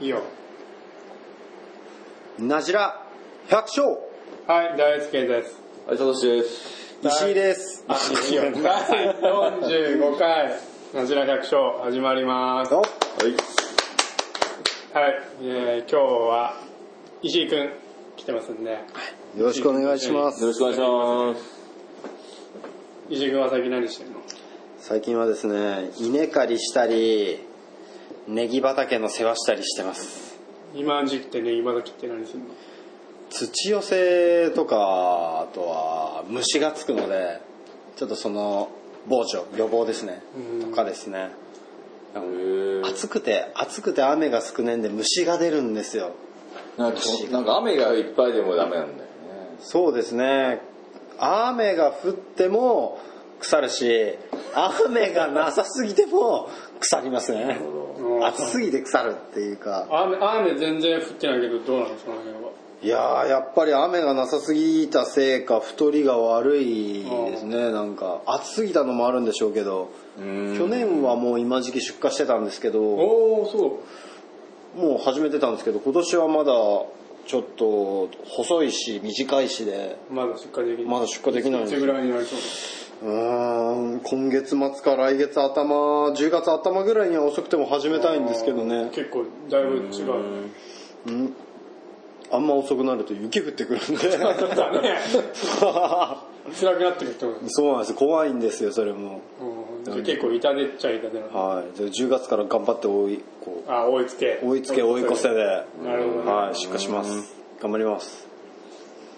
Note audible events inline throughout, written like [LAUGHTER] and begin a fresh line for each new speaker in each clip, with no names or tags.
いいよ。
なじら百姓
はい、大輔です。
はい、サトシです。
石井です。
あ、いいよ。第45回、なじら百姓、始まります。は
お
はい。
い、えー、今日は、石井くん、来てますんで。
よろしくお願いしま
よろ
す。
しくお願いします。
石井くんは最近何してるの
最近はですね、稲刈りしたり、ネギ畑の世話したりしてます。
今の時期ってね、今時って何するの
土寄せとか、あとは虫がつくので、ちょっとその防除、予防ですね
う。ん
とかですね。
へー
暑くて、暑くて雨が少ないんで虫が出るんですよ。
なんかそなんか雨がいっぱいでもダメなんだよね。
そうですね雨が降っても腐るし雨がなさすぎても腐りますね
ほど
暑すぎて腐るっていうか
雨、雨全然降ってないけど、どうなのその辺は。
いやーやっぱり雨がなさすぎたせいか太りが悪いですねなんか暑すぎたのもあるんでしょうけど
うん
去年はもう今時期出荷してたんですけど
おー、そう。
もう始めてたんですけど今年はまだちょっと細いし短いしで
まだ出荷できない。
まだ出荷できないん
い
で
つ
す
ぐらいになりそう
うーん今月末か来月頭10月頭ぐらいには遅くても始めたいんですけどね
結構、だいぶ違う。
うんあんま遅くなると雪降ってくるんで [LAUGHS]
だね。 [LAUGHS] 辛くなってくるってこと
そうなんです怖いんですよそれも
うんじゃあ結構痛手っちゃ痛手なの
はいで10月から頑張って追いこ
あ追いつけ
う追いつけ追い越せで
なるほどね
はい出荷します頑張ります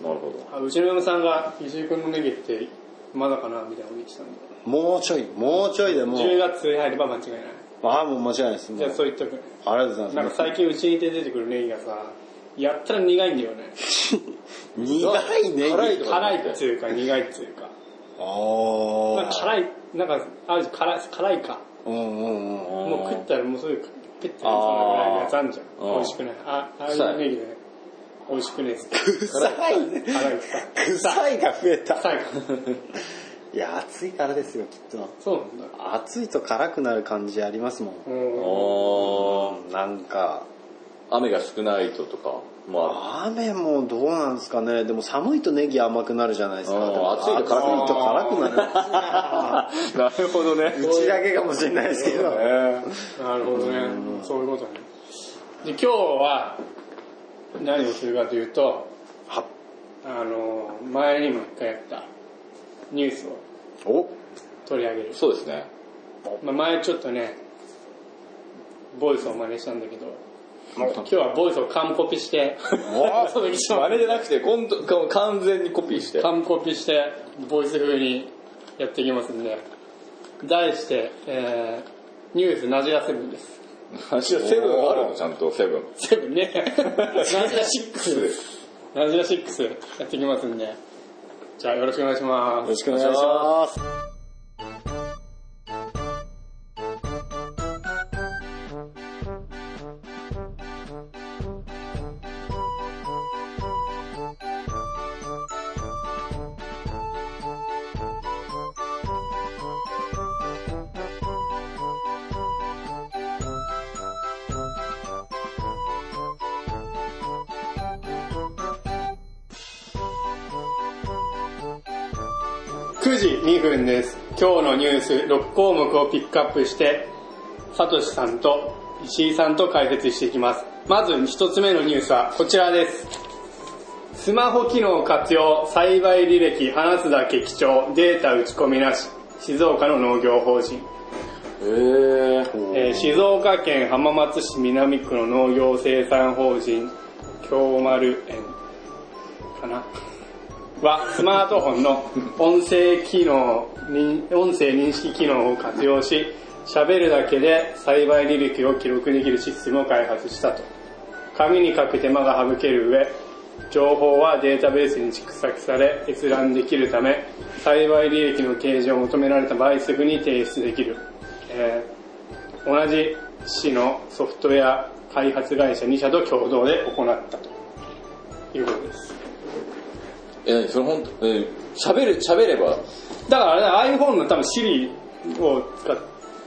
なるほど。
あうちの嫁さんが石井君のネギってまだかなみたいなこと言ってたんで
もうちょいもうちょいでも
10
う
月に入れば間違いない
ああもう間違いないですも
じ
う
ゃあそう言っとく
ありがとうござ
ないん
ま
か
す
最近うちに出てくるネギがさやったら苦いんだよね
苦いね
辛いとか
辛いっていうか苦いっていうか
あ
なんか
あ
辛いなんかあるじゃん辛い辛いか
うんうんうん
もう食ったらもうすぐペッて出そうなぐらいのやつあんじゃん
あー
美味しくないあああいうネギね美味しくねえっ
[LAUGHS]
す
臭いね
辛いっす
臭いが増えた
辛いか
いや暑いからですよきっと
そうなんだ
暑いと辛くなる感じありますもん
うん
な
あ
んか
ー雨が少ないととか、ま
雨もどうなんですかねでも寒いとネギ甘くなるじゃないですか
あー
でも
暑いと辛くな
暑
る
いと辛くな
あ。 [LAUGHS] なるほどね。
るうちだけかもしれないですけ [LAUGHS] ど
なるほどね。そういうことね。で、今日は何をするかというと、
は
あの、前にも一回やったニュースを
お
取り上げる。
そうですね。
まあ、前ちょっとね、ボイスを真似したんだけど、今
真
日はボイスを完コピして、 [LAUGHS] お届けしま
似じゃなくて、今度こう完全にコピーして。
す。
は
完コピして、ボイス風にやっていきますんで、題して、えー、ニュースなじらせるんです。
セブンあるのちゃんと、セブン。
セブンね。ナジラ6。ナジラ6やってきますんで。じゃあよろしくお願いしま
よろ
す。
しくお願いします
9時2分です。今日のニュース6項目をピックアップして、サトシさんと石井さんと解説していきます。まず1つ目のニュースはこちらです。スマホ機能活用、栽培履歴、話すだけ貴重、データ打ち込みなし、静岡の農業法人。
へぇ
えー静岡県浜松市南区の農業生産法人京丸園かなはスマートフォンの音声機能認音声認識機能を活用し喋るだけで栽培履歴を記録できるシステムを開発したと紙に書く手間が省ける上情報はデータベースに蓄積され閲覧できるため栽培履歴の掲示を求められた場合すぐに提出できる、えー同じ市のソフトウェア開発会社2社と共同で行ったということです。
え、何それ本当え、喋る、喋れば。
だからね、iPhone の多分 Siri を使っ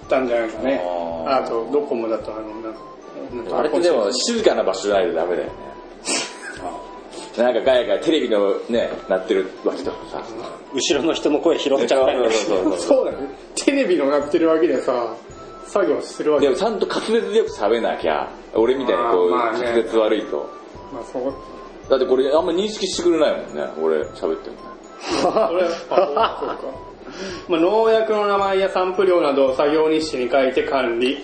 たんじゃないですかね。
あー
あと、ドコモだとあの、なんか、
あれってでも静かな場所じゃないとダメだよね [LAUGHS] なんかガヤガヤテレビのね鳴ってる脇とかさ
後ろの人の声拾っちゃう
そうそうそうそう
そうだね。テレビの鳴ってるわけでさ、作業するわけ
でもちゃんと滑舌よく喋んなきゃ俺みたいにこう
あーまあ
滑
ね
舌悪いと
まあそう。
だってこれあんま認識してくれないもんね俺喋ってもね
それはあそうか。まあ、農薬の名前や散布量などを作業日誌に書いて管理。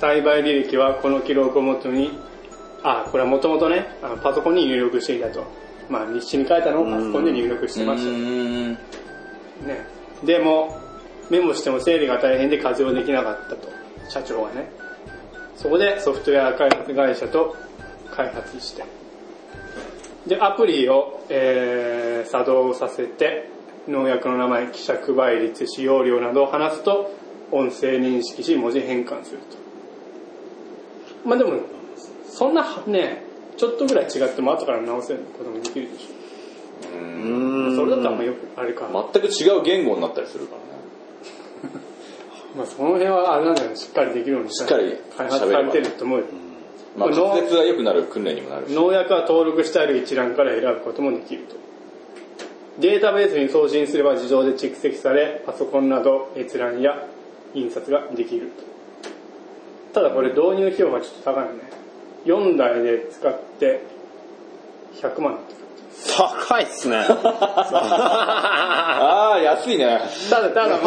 栽培履歴はこの記録をもとに、あ、これはもともとね、あのパソコンに入力していたと。まあ、日誌に書いたのをパソコンで入力してました
う
ね。
ーん
ね、でもメモしても整理が大変で活用できなかったと社長がねそこでソフトウェア開発会社と開発してでアプリを、えー作動させて農薬の名前希釈倍率使用量などを話すと音声認識し文字変換するとまあでもそんなねちょっとぐらい違っても後から直せることもできるでしょそれだったらあんまよくあれか
全く違う言語になったりするからね
まあ、その辺はあれなんだよね、しっかりできるようにし
っかり
開発されてると思うよ。
まあ
これ
滑舌が良くなる訓練にもなるし
農薬は登録してある一覧から選ぶこともできると。データベースに送信すれば自動で蓄積され、パソコンなど閲覧や印刷ができると。ただこれ導入費用がちょっと高いよね。4台で使って100万だった
高いっすね。
ああ安いね
ただ、ただま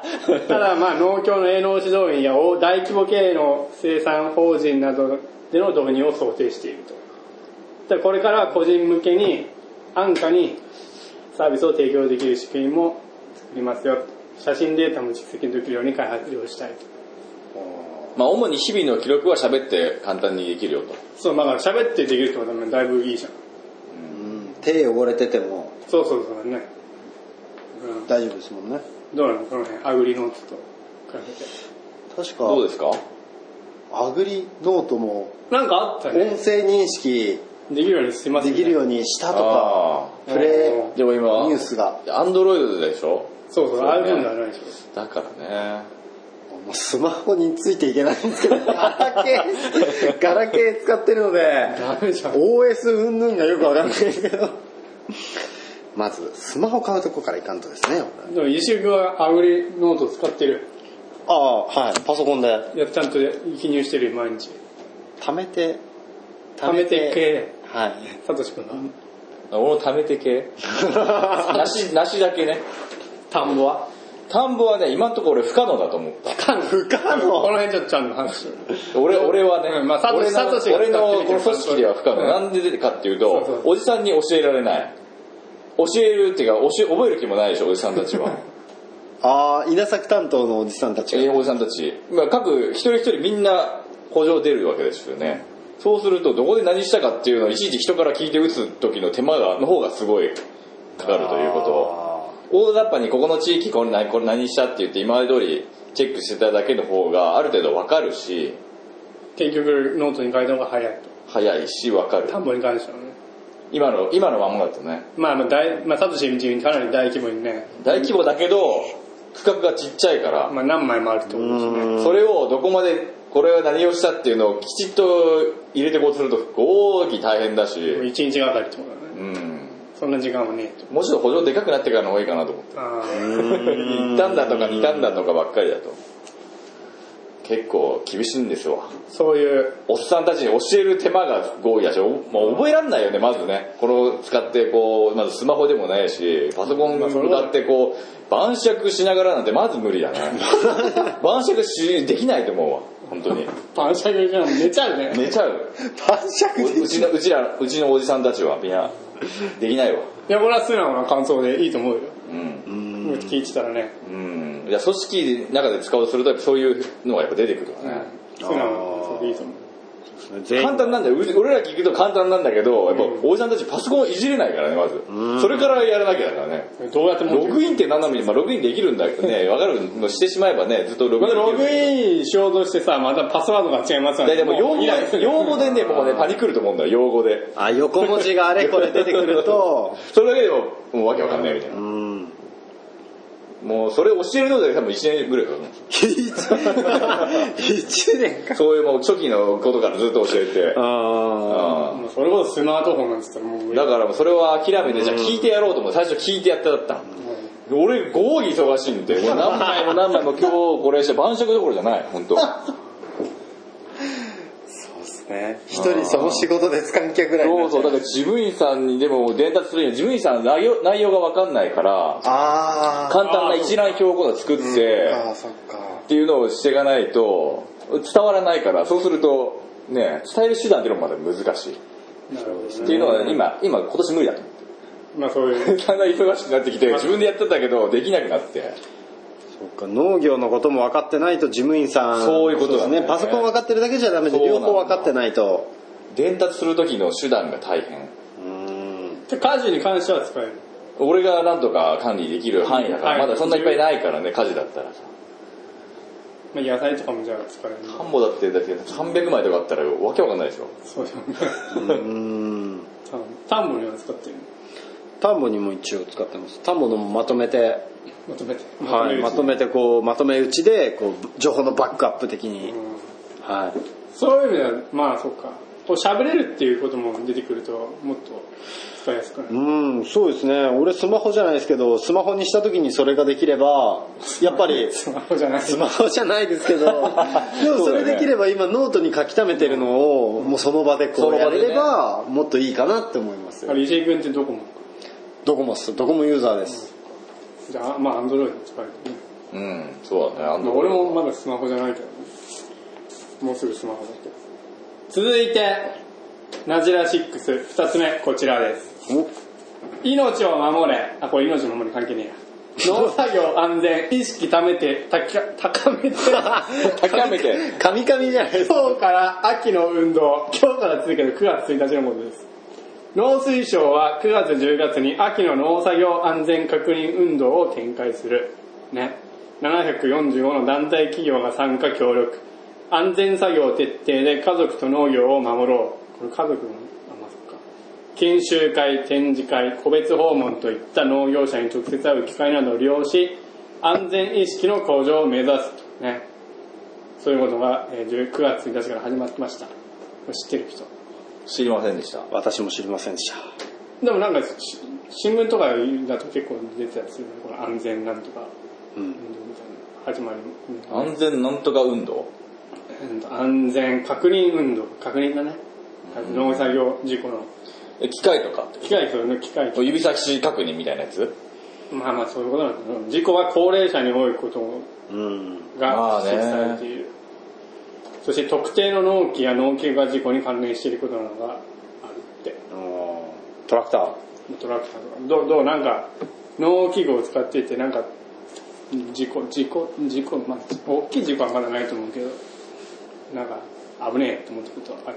[LAUGHS]
あ、ただまあ、農協の営農指導員や大大規模経営の生産法人などでの導入を想定していると。でこれからは個人向けに、安価にサービスを提供できる仕組みも作りますよ。写真データも蓄積できるように開発をしたいと。
まあ主に日々の記録は喋って簡単にできるよと
そう、だから喋ってできるってことはだいぶいいじゃん。
[LAUGHS] うん手汚れてても
そうそうそうね。う
大丈夫ですもんね。
ん、どうなのこの辺、アグリノートと比べて。
確
どう
か、
ですか
アグリノートも
なんかあった
音
ね。
声認識
できるようにします
で
よね
きるようにしたとか、
あ
プレイ
うん
あでも今
ニュースが、
アンドロイドでしょ
そうそう、
そうね
iPhone ではないでしょ。
だからね
もうスマホについていけないんですけど、ガラケー、ガラケー使ってるので、
ダメじゃん。
OS 云々がよくわかんないですけど、まずスマホ買うとこからいかんとですね、俺
でも、石井君はアグリノート使ってる。
ああ、はい、パソコンで。
いやちゃんと記入してるよ、毎日。
貯めて、
貯めて系。
はい。 [LAUGHS]
サトシ君が。
俺の貯めて系
[LAUGHS]
梨梨だけね
田んぼは
田んぼはね今んところ俺不可能だと思った
不可能。
不可能
この辺ちょっとちゃんと話してる。
俺俺はね、
うんまあサトシ
俺
サ
の
トシが
俺の
使ってみて
この組織では不可能、
うん
なんでかっていうと
そうそう
おじさんに教えられない教えるっていうか教え覚える気もないでしょおじさんたち
[LAUGHS]
は
ああ、稲作担当のおじさんたち
え
が。
ーおじさんたち、まあ、各一人一人みんな補助出るわけですよねそうするとどこで何したかっていうのをいちいち人から聞いて打つ時の手間がの方がすごいかかるということを大雑把にここの地域これ何これ何したって言って今まで通りチェックしてただけの方がある程度わかるし
結局、ノートに書いた方が早いと。
早いしわかる
田んぼに関してはね。
今の今のままだとね
まあまあ大、まあ、サトシみたいにかなり大規模にね、
大規模だけど区画がちっちゃいから、
まあ何枚もあるってことですね。
それをどこまでこれは何をしたっていうのをきちっと入れてこうとすると大きい大変だ
もう
し、
1日がかりってことだね。
うん、
そんな時間はねえと。
もうちょっと補助でかくなってからの方がいいかなと思って
あ
[LAUGHS] 1段だとか2段だとかばっかりだと結構厳しいんですわ
ーそういう、
おっさんたちに教える手間が合意だし、おもう覚えらんないよねまずねこの使ってこうまずスマホでもないしパソコン
まあそれは
だってこう晩酌しながらなんてまず無理
[LAUGHS]
だね晩酌しできないと思うわ本当に
パンシャグじゃん。寝ちゃうね。
寝ちゃう
晩酌
う
で
うちのうちらうちのおじさんたちはみんなできないわ
いや、これは素直な感想でいいと思うよ。
うん
聞いてたらね。
うんいや組織の中で使おうとするとそういうのがやっぱ出てくるわね、
素直な感想でいいと思う。
全員
簡単なんだようち俺ら聞くと簡単なんだけどやっぱおじさんたちパソコンいじれないからねまずそれからやらなきゃだからね
どうやって持って
ロ
くる
グインって何なのに、まあ、ログインできるんだけどね、わかるのしてしまえばね、ずっとログ
ま
イン
たログ
できる。
インしようとしてさ、またパスワードが違いますなん
いや
て
でも用語
イライラす
で、
る
用語でね、もうね、パニクると思うんだよ、用語で。
あ、横文字
[LAUGHS]
があれこれ出てくると、
それだけでも、もうわけわかんないみたいな。
うん。
もうそれ教えるので多分1年ぐらいかかるんですよ
1年か。
そういうもう初期のことからずっと教えて
あ
う
もうそれこそスマートフォンなんつったらもうん
だからもうそれは諦めてじゃあ聞いてやろうと思って最初聞いてやっただったの俺合議忙しいんで俺何枚も何枚も今日これして晩酌どころじゃない本当。
そうですね。一人その仕事で使う客ぐらいにな
そう
っちゃ
そう
う。
だから事務員さんにでも伝達するには事務員さん内容内容が分かんないから
あー。
簡単な一覧表を今度作って
あー、そっか。
っていうのをしていかないと伝わらないからそうするとね伝える手段っていうのもまだ難しいっ
なるほどね
ていうのは今今今年無理だと思
まあそういう
ってだんだん忙しくなってきて自分でやってたけどできなくなって
そっか農業のことも分かってないと事務員さん
そういうことだね
そですねパソコン分かってるだけじゃダメで
そうな
両
んだ
方分かってないと
伝達する時の手段が大変
うーん
で家事に関しては使える
俺がなんとか管理できる範囲だか
はい
らまだそんないっぱいないからね家事だったらさ
まあ野菜とかもじゃあ使える
田んぼだってだけど300枚とかあったらわけわかんないでしょ
そうじゃん
うーん
田んぼには使ってる
田んぼにも一応使ってます田んぼのもまとめて、
まとめて
はい、まと
め
めてこうまとめ打ちでこう情報のバックアップ的に、
てうん
はい
そういう意味ではまあそうかこう喋れるっていうことも出てくるともっと使いやすくな
う
る
ーんそうですね俺スマホじゃないですけどスマホにした時にそれができればやっぱ [LAUGHS] り
スマホじゃない
スマホじゃないですけ [LAUGHS] どでもそれできれば今ノートに書き溜めてるのをもうその場でこ
そうの
や
場でね
れればもっといいかなって思いますよ
あれ石井君ってどこも
ドコモっすドコモユーザーです
じゃあまあアンドロイド使えるね
うんそうだねあ
まあ俺もまだスマホじゃないけどねもうすぐスマホだけど続いてナジラ6二つ目こちらです
お
命を守れあこれ命を守れ関係ねえや [LAUGHS] 農作業安全意識ためてたき [LAUGHS] 高めて
諦めて
カミカミじゃないですか
今日から秋の運動今日から続ける9月1日のことです農水省は9月10月に秋の農作業安全確認運動を展開するね745の団体企業が参加協力安全作業徹底で家族と農業を守ろうこれ家族もあまあそっか研修会展示会個別訪問といった農業者に直接会う機会などを利用し安全意識の向上を目指すとねそういうことがえー10 9月1日から始まってました。知ってる人。
知りませんでした
私も知りませんでした
でもなんかし新聞とかだと結構出てたりするよねこの安全なんとか運動みたいな始まり、
安全なんとか運動
うんと安全確認運動確認だね。農作業事故の
え機械とか
機械その機械
指先確認みたいなやつ
まあまあそういうことなんだけど事故は高齢者に多いこと
うん
が指摘されている、そして特定の納期や納期が事故に関連していることなどがあるって
トラクター
トラクターとかどうどうなんか農機具を使っていてなんか事故事故事故まあ大きい事故はまだないと思うけどなんか危ねえと思ったことはある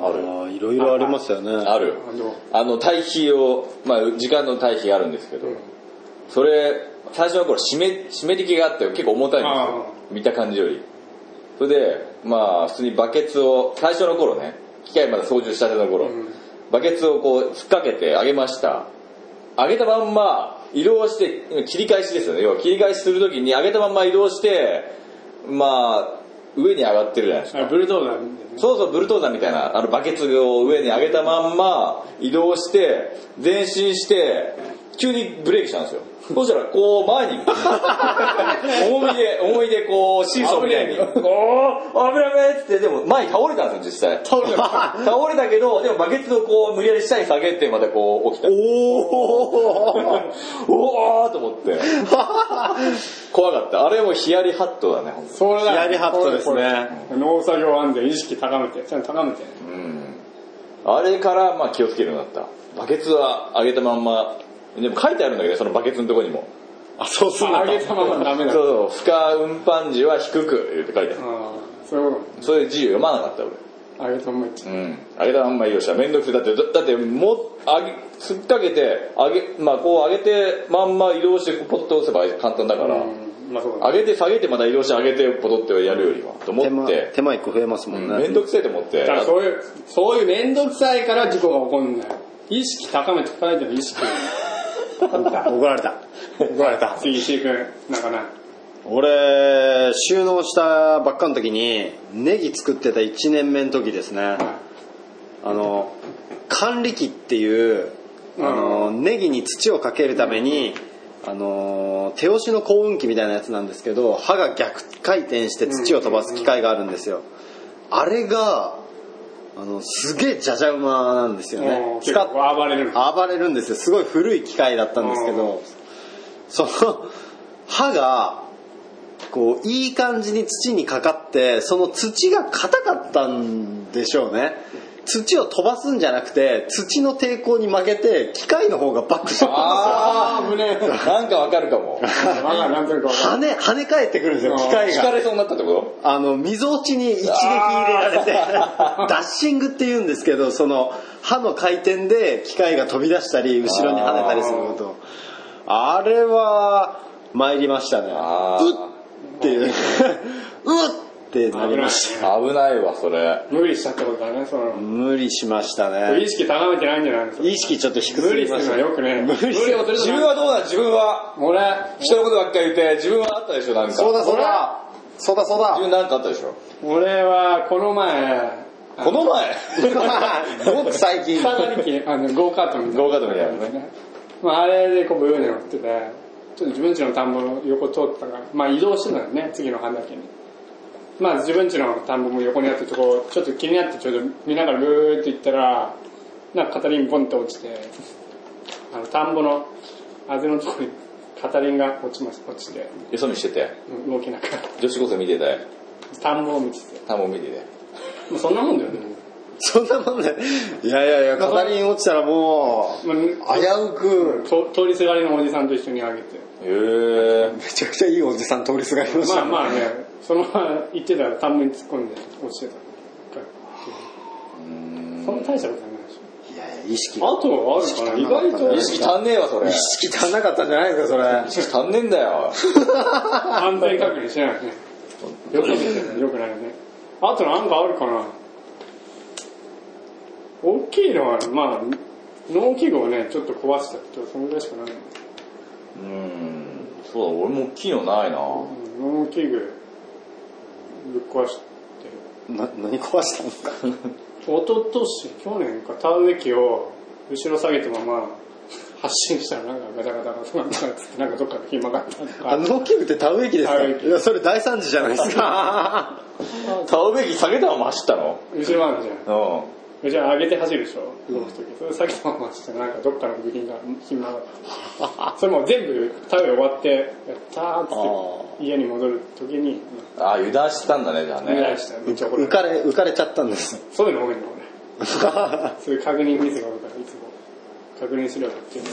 ある
あーいろいろありますよね
ある
あの
あの対比を、まあ、時間の対比があるんですけど、それ最初の頃湿湿り気があって結構重たいんですよ見た感じよりそれでまあ普通にバケツを最初の頃ね機械まだ操縦したての頃、
うん
バケツをこう突っかけて上げました上げたまんま移動して切り返しですよね要は切り返しするときに上げたまんま移動してまあ上に上がってるじゃないですか
あれブルドーザーみたいなね
そうそう、ブルトーザーみたいな、あのバケツを上に上げたまんま移動して、前進して、急にブレーキしたんですよ。そうしたら、こう前 [LAUGHS] に、重みで、重みでこう、シーソーみたいに、おー、危ない危ないっつって、でも前に倒れたんですよ、実際。
倒れた
[LAUGHS] 倒れたけど、でもバケツをこう、無理やり下に下げて、またこう、起き [LAUGHS] た。
おお
おーと思って。怖かった。あれもヒヤリハットだね、ほんと
それだ
ヒヤリハットです
こ
ね
れこれ農作業安全意識高めてちゃんと高めて
うんあれからまあ気をつけるようになった。バケツは上げたまんま、でも書いてあるんだけど、そのバケツのとこにも。
あそうすんな
あ上げたままダメ
そう
だうん
そう、負荷運搬時は低くって書いてある。
そういうこ
それで字を読まなかった俺。
と上げたままいっちゃ
うん。上げたまんまよっしゃ、めんどくせえだって、だだってもう、あげ、突っかけて、上げ、まあこう上げてまんま移動してポッと押せば簡単だか
う
ら、
うんまあそうだね
上げて下げてまた移動して上げてポトってやるよりは、と思
手
っ
間
て、
手間一個増えますもんね、
めんどくせえと思って
だか、らそういう、そういう面倒くさいから事故が起こるんだよ。意識高めて高いじゃん、意識。
怒られた怒られ [LAUGHS] た。
次、シー君、なんかない。
俺、収納したばっかの時に、ネギ作ってた1年目の時ですね。あの、管理機っていう、あの、ネギに土をかけるために、あの、手押しの幸運機みたいなやつなんですけど、刃が逆回転して土を飛ばす機械があるんですよ。あれが、あの、すげえじゃじゃ馬なんですよ
も
ね
う。結
使っ
構暴れる。
暴れるんですよすごい古い機械だったんですけどその刃がこういい感じに土にかかってその土が硬かったんでしょうね土を飛ばすんじゃなくて土の抵抗に負けて機械の方がバックしてくるん
あー、胸。なんかわかるかも。
わかる、なんとなくわ
ですよ
か
跳
る。
ね跳ね返ってくるんですよ機械
疲
が
れそうになったってこ
あの溝落ちに一撃入れられ
[LAUGHS]
てダッシングって言うんですけどその歯の回転で機械が飛び出したり後ろに跳ねたりすることあれは参りましたねう
あ
っって [LAUGHS] いううっってなりまし
危ない。
と危ないわ、それ。
無理しちゃったことだね、そ
た
の。
無理しましたね
意識高めてないんじゃないですか
意識ちょっと低
無
す
理
ぎ
す
ま
るの
した
はよくね。無
理
理をする
自分
のは。
はどうなん自分は。
俺、
人のことばっかり言って、自分はあったでしょ、なんか。
そうだそうだそうだそ
[LAUGHS]
う
自
だ
分なんかあったでしょ。
俺はこの前、
この [LAUGHS] 前
ごく最近
草刈り機、あの、ゴーカートみたいな。
ゴーカートみたいなね。
まあ、あれでこうブーに乗ってて、ちょっと自分家の田んぼの横通ったから、まあ移動してたのね、次の半だけに。まあ自分家の田んぼも横にあって、ちょっと気になってちょっと見ながらブーって行ったら、なんか片輪ボンって落ちて、あの田んぼのあぜのところに片輪が落ちまし落ちて、
よそ見してて。
うん動けなくなった。
女子高生見てたよ。
田んぼを見てて。
多分見てて。
もうそんなもんだよね。
[LAUGHS] そんなもんねいやいやいや片輪落ちたらもう
まあ
危うく
と通りすがりのおじさんと一緒にあげて。
へー。
めちゃくちゃいいおじさん通りすがりました、
まあまあね、そのまま行ってたら田んぼに突っ込んで落ちてた。そんな大したことないでし
いやいや、意識
ょ。あとはあるかな意外と。
意識足んねえわ、それ。意
識足んなかったんじゃないですか、それ。
識足んねえんだよ。
安全確認しないよね。よく見てるねよくないよね。あとなんかあるかな大きいのは、まあ、農機具をね、ちょっと壊したって、そのぐらいしかないの。
うーん。そうだ、俺も大きいのないな。
農機具、ぶっ壊して。
な、何壊したんですか
一昨年、去年か、田植え機を後ろ下げたまま発進したらなんかガタガタガタガタガタってなんかどっかで暇があったの
あ
か。
の、農機具って田植え機です
田
か
植え機
いや、それ大惨事じゃないですか。
田植え機下げたまま走ったの
後ろあるじゃん。
う
後ろ上げて走るでしょ動くとき。それ下げたまましてなんかどっかの部品が暇があった。それもう全部田植え終わって、やったーっつって家に戻るときに、
ん。あ、油断してたんだね、じゃあ
見ら
ね
れ。した。めっちゃ怒られ
[LAUGHS] 浮
た。
かれ、浮かれちゃったんです。
そういうの多いの俺。そういう確認ミスがあるからいつも確認しろよっていう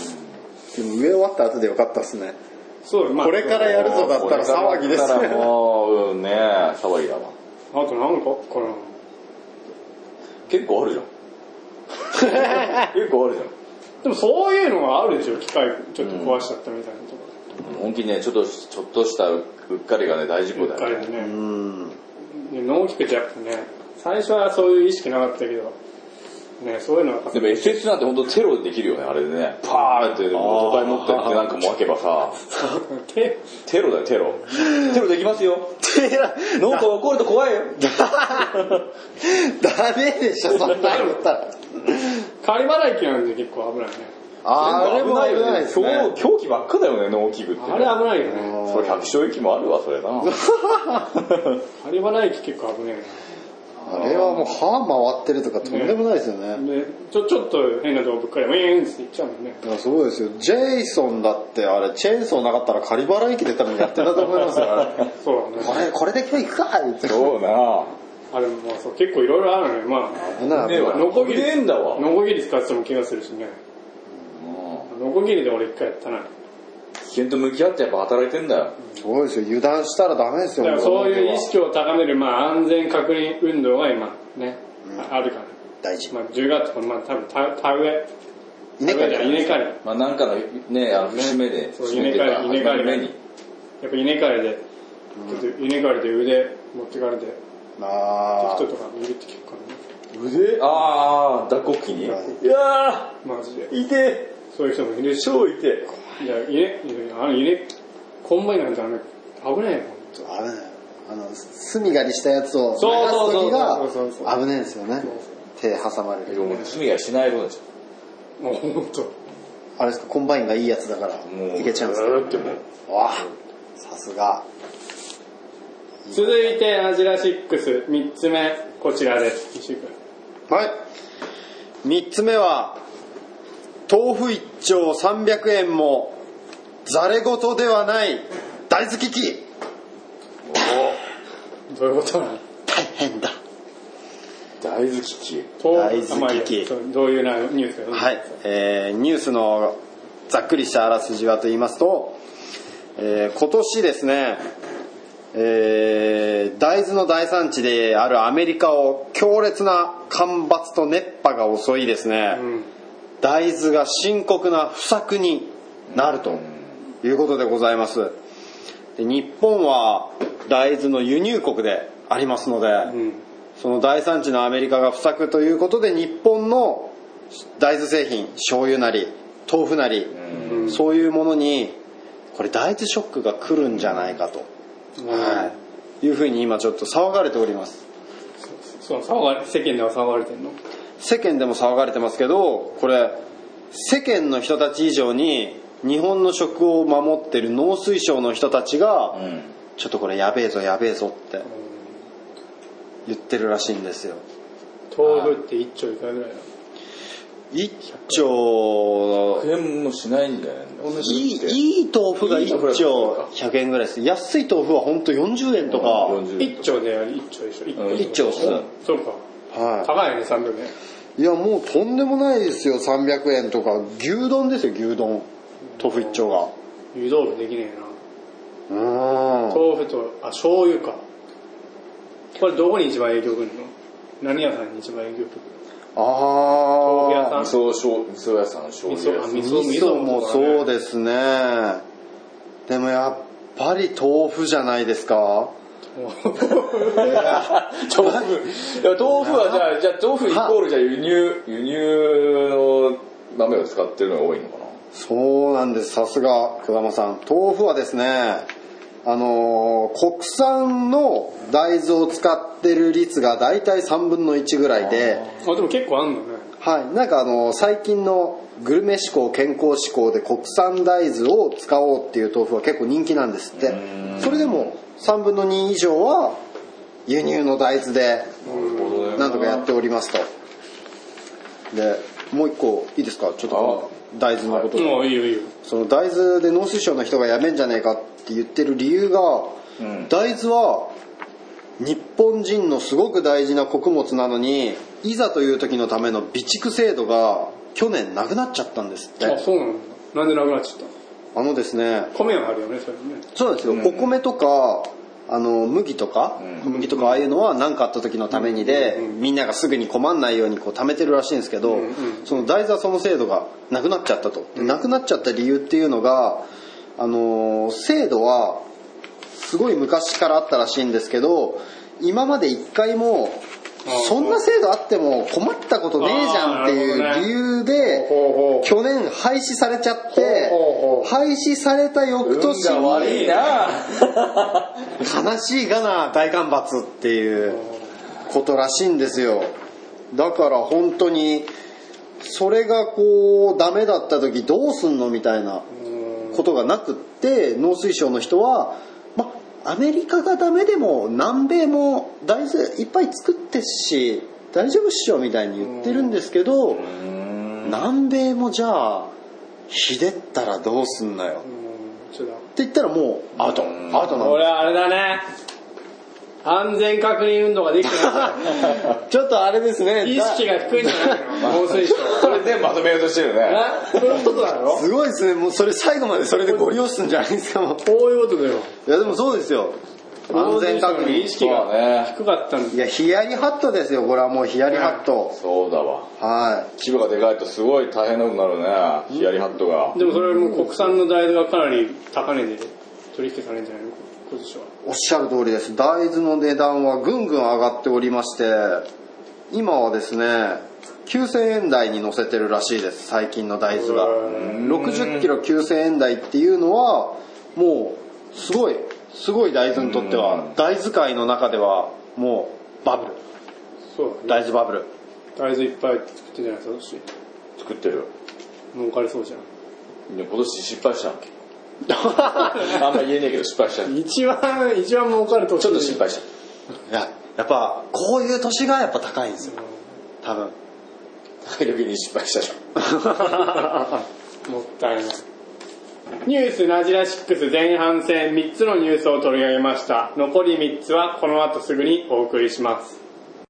の。
でも植え終わった後でよかったですね。
そう、まあ。
これからやるぞだったら騒ぎです
これから
ね。
もう、うんね騒ぎだわ。
あとなんかあっかな
結構ある [LAUGHS] じゃん。結構あるじ
でもそういうのがあるでしょ、機械ちょっと壊しちゃったみたいなところ。
ゃん。本気にね、ちょっと、ちょっとしたうっかりがね、大事故
うっ
だ
かり
よね。
でね。
うん。
で脳機くってやっぱね、最初はそういう意識なかったけど、ね、そういうのは
でも SS なんて本当テロできるよね、あれでね。パーって、もう土台持ってってなんかもう開けばさ、
[LAUGHS] 手、
テロだよ、テロ。テロできますよ。
てら、
ノ
[LAUGHS]
ート怒ると怖いよ。
ダメでしょ、そんなのったら。
仮払い機なんで結構危ないね。
あれも危ないです
狂
ね。
狂気ばっかだよね、脳器具ってね。
あれ危ないよね。
それ百姓行きもあるわ、それな。
仮払い機結構危ない
あれはもう歯回ってるとかとんでもないですよね。
ね。で、ちょ、ちょっと変な動物からウィーンっていっちゃうもんね。
いやそうですよ。ジェイソンだってあれ、チェーンソーなかったら仮払い機で多分やってたと思いますよ。あれ
そうだ
こ
ね。
れ、これで今日行くかって。
そうな
あれもまあそう、結構いろいろあるね。まあ、
危ない
ね
危な
え
い
わ、
ノコギ
見
リ
ねえんだわ。
ノコギリ使っても怪我するしね。ノコギリで俺一回やったな。
危険と向き合ってやっぱ働いてんだよ。
そうですよ。油断したらダメですよ。
だからそういう意
本
識を高める、まあ、安全確認運動が今ね、あるから。
当は大事。
まあ、10月の、まあ、多分田田植え、
稲刈り
田植えじゃない稲刈り。
まあなんかのね、あの、節目で、
そう
節目っていうか
稲刈り
始まる目に。
やっぱ稲刈りで、ちょっと稲刈りで腕持ってかれて、
あ
人とかいるって聞くからね。
腕あー、脱穀機に。いや
マジで。
ー、いて
そういう人もいるし、
超いて
いや、ゆね、いやあの、ゆね、コンバインなんてあの、危ないよ。
危ないあの隅がにしたやつを流す
そうそうそう
時が
そうそうそう
危ないんですよね手挟まれ
でも
る
趣味がしないことでし
もうほんと。
あれですかコンバインがいいやつだから
ょもう
いけちゃうんです
ず
か
ーってもう
わあさすが
続いて、アジラ6、3つ目、こちらです。石井君。
はい。三つ目は、豆腐一丁300円も、ざれ事ではない、大豆機器。
どういうことなの
大変だ
大豆機器
大豆機器
あまあいいやそうどういうなニュース。
はいい、えーニュースのざっくりしたあらすじはと言いますと、えー今年ですね、えー大豆の大産地であるアメリカを強烈な干ばつと熱波が襲いですね、
うん。
大豆が深刻な不作になるということでございますで日本は大豆の輸入国でありますので、
うん。
その大産地のアメリカが不作ということで日本の大豆製品醤油なり豆腐なり、
うん
そういうものにこれ大豆ショックが来るんじゃないかと、はい、いうふうに今ちょっと騒がれております
そう、騒がれ、世間では騒がれてんの
世間でも騒がれてますけどこれ世間の人たち以上に日本の食を守ってる農水省の人たちが
うん
ちょっとこれやべえぞやべえぞって言ってるらしいんですよ
豆腐って一丁いくらぐらいなの
一丁
100円もしないんだよね
いいいい豆腐が
いい豆
1
腐
丁
が
100円ぐらいです安い豆腐は本当40円とか、
一丁で一丁でしょ一
う
丁
ん
一丁ですね
そうか。
は
高いね、300円。
いいやもうとんでもないですよ300円とか
牛丼ですよ牛丼豆腐1丁が
湯豆腐できねえな。
うーん
豆腐と、あ、醤油か。これどこに一番影響くるの何屋さんに一番影響くる豆腐屋
ああ
さん
味噌醤味噌屋さん醤
味噌、
油屋
あ、
さ
味
ん
噌、
味噌もそう
で。
ですねでもやっぱり豆腐じゃないですか
豆腐いや豆腐はじゃあじゃあ豆腐イコールじゃあ輸入輸入の豆を使ってるのが多いのかな
そうなんですさすが児玉さん豆腐はですねあのー国産の大豆を使ってる率が大体3分の1ぐらいで
あ、でも結構あんのね。
はい、なんかあの最近のグルメ志向健康志向で国産大豆を使おうっていう豆腐は結構人気なんですってそれでも3分の2以上は輸入の大豆でなんとかやっておりますとでもう一個いいですかちょっとこの大豆のことで
もういいよいいよ。
その大豆で農水省の人がやめんじゃねえかって言ってる理由が、
ん
大豆は日本人のすごく大事な穀物なのにいざという時のための備蓄制度が去年なくなっちゃったんですって
あ、そうなんだ。なんでなくなっちゃったの
あのですね
米はあるよね、それね。
そうなんですよ、お米とかあの麦とか、
う
麦とかああいうのは何かあった時のためにで、みんながすぐに困んないようにこう貯めてるらしいんですけど、
んうん
その大豆はその制度がなくなっちゃったと、でなくなっちゃった理由っていうのがあのー制度はすごい昔からあったらしいんですけど今まで一回も
あー
そんな制度あっても困ったことねえじゃんってい
あーなるほど
う
ね
理由
ほう
で
ほう
去年廃止されちゃって
ほうほうほう
廃止された翌
運
年
が悪い
に
な
悲しいがな大干ばつっていうことらしいんですよだから本当にそれがこうダメだった時どうすんのみたいなことがなくって農水省の人はまあアメリカがダメでも南米も大豆いっぱい作ってっし大丈夫っしょみたいに言ってるんですけど南米もじゃあひでったらどうすんのよっ
うん、ちょっと。
て言ったらもうアウトアウトなんだ
俺はあれだね。安全確認運動ができてな
ちょっとあれですね。 [LAUGHS]
い。意識が低いんじゃないの防 [LAUGHS] 水省。
それ全部まとめようとしてるね
なそういうことだろ
すごいですね。もうそれ最後までそれでご利用するんじゃないですか。もう
こういうことだよ。
いやでもそうですよ。安全
防水省
確
の意
認。
識
そうだ
が
ね
低かったん
い
だ。
や、ヒヤリハットですよ。これはもうヒヤリハット。
そうだわ
は
規模がでかいとすごい大変なことになるねヒヤリハットが
でもそれはもう国産の大豆がかなり高値で取引されるんじゃないの今年は。
い。おっしゃる通りです。大豆の値段はぐんぐん上がっておりまして、今はですね9000円台に乗せてるらしいです最近の大豆が
う
6 0キロ9 0 0 0円台っていうのはもうすごいすごい大豆にとって
う
は大豆界の中ではもうバブル
そうだね
大豆バブル
大豆いっぱい作ってんじゃないですか
作ってる
私儲かりそうじゃん
で今年失敗したんあんま言えねえけど失敗したち
一番一番儲かると
ょっと心配した
いややっぱこういう年がやっぱ高いんですよ多分
高い時に失敗したじゃ
[LAUGHS] もったいないニュースナジラ6前半戦3つのニュースを取り上げました残り3つはこの後すぐにお送りします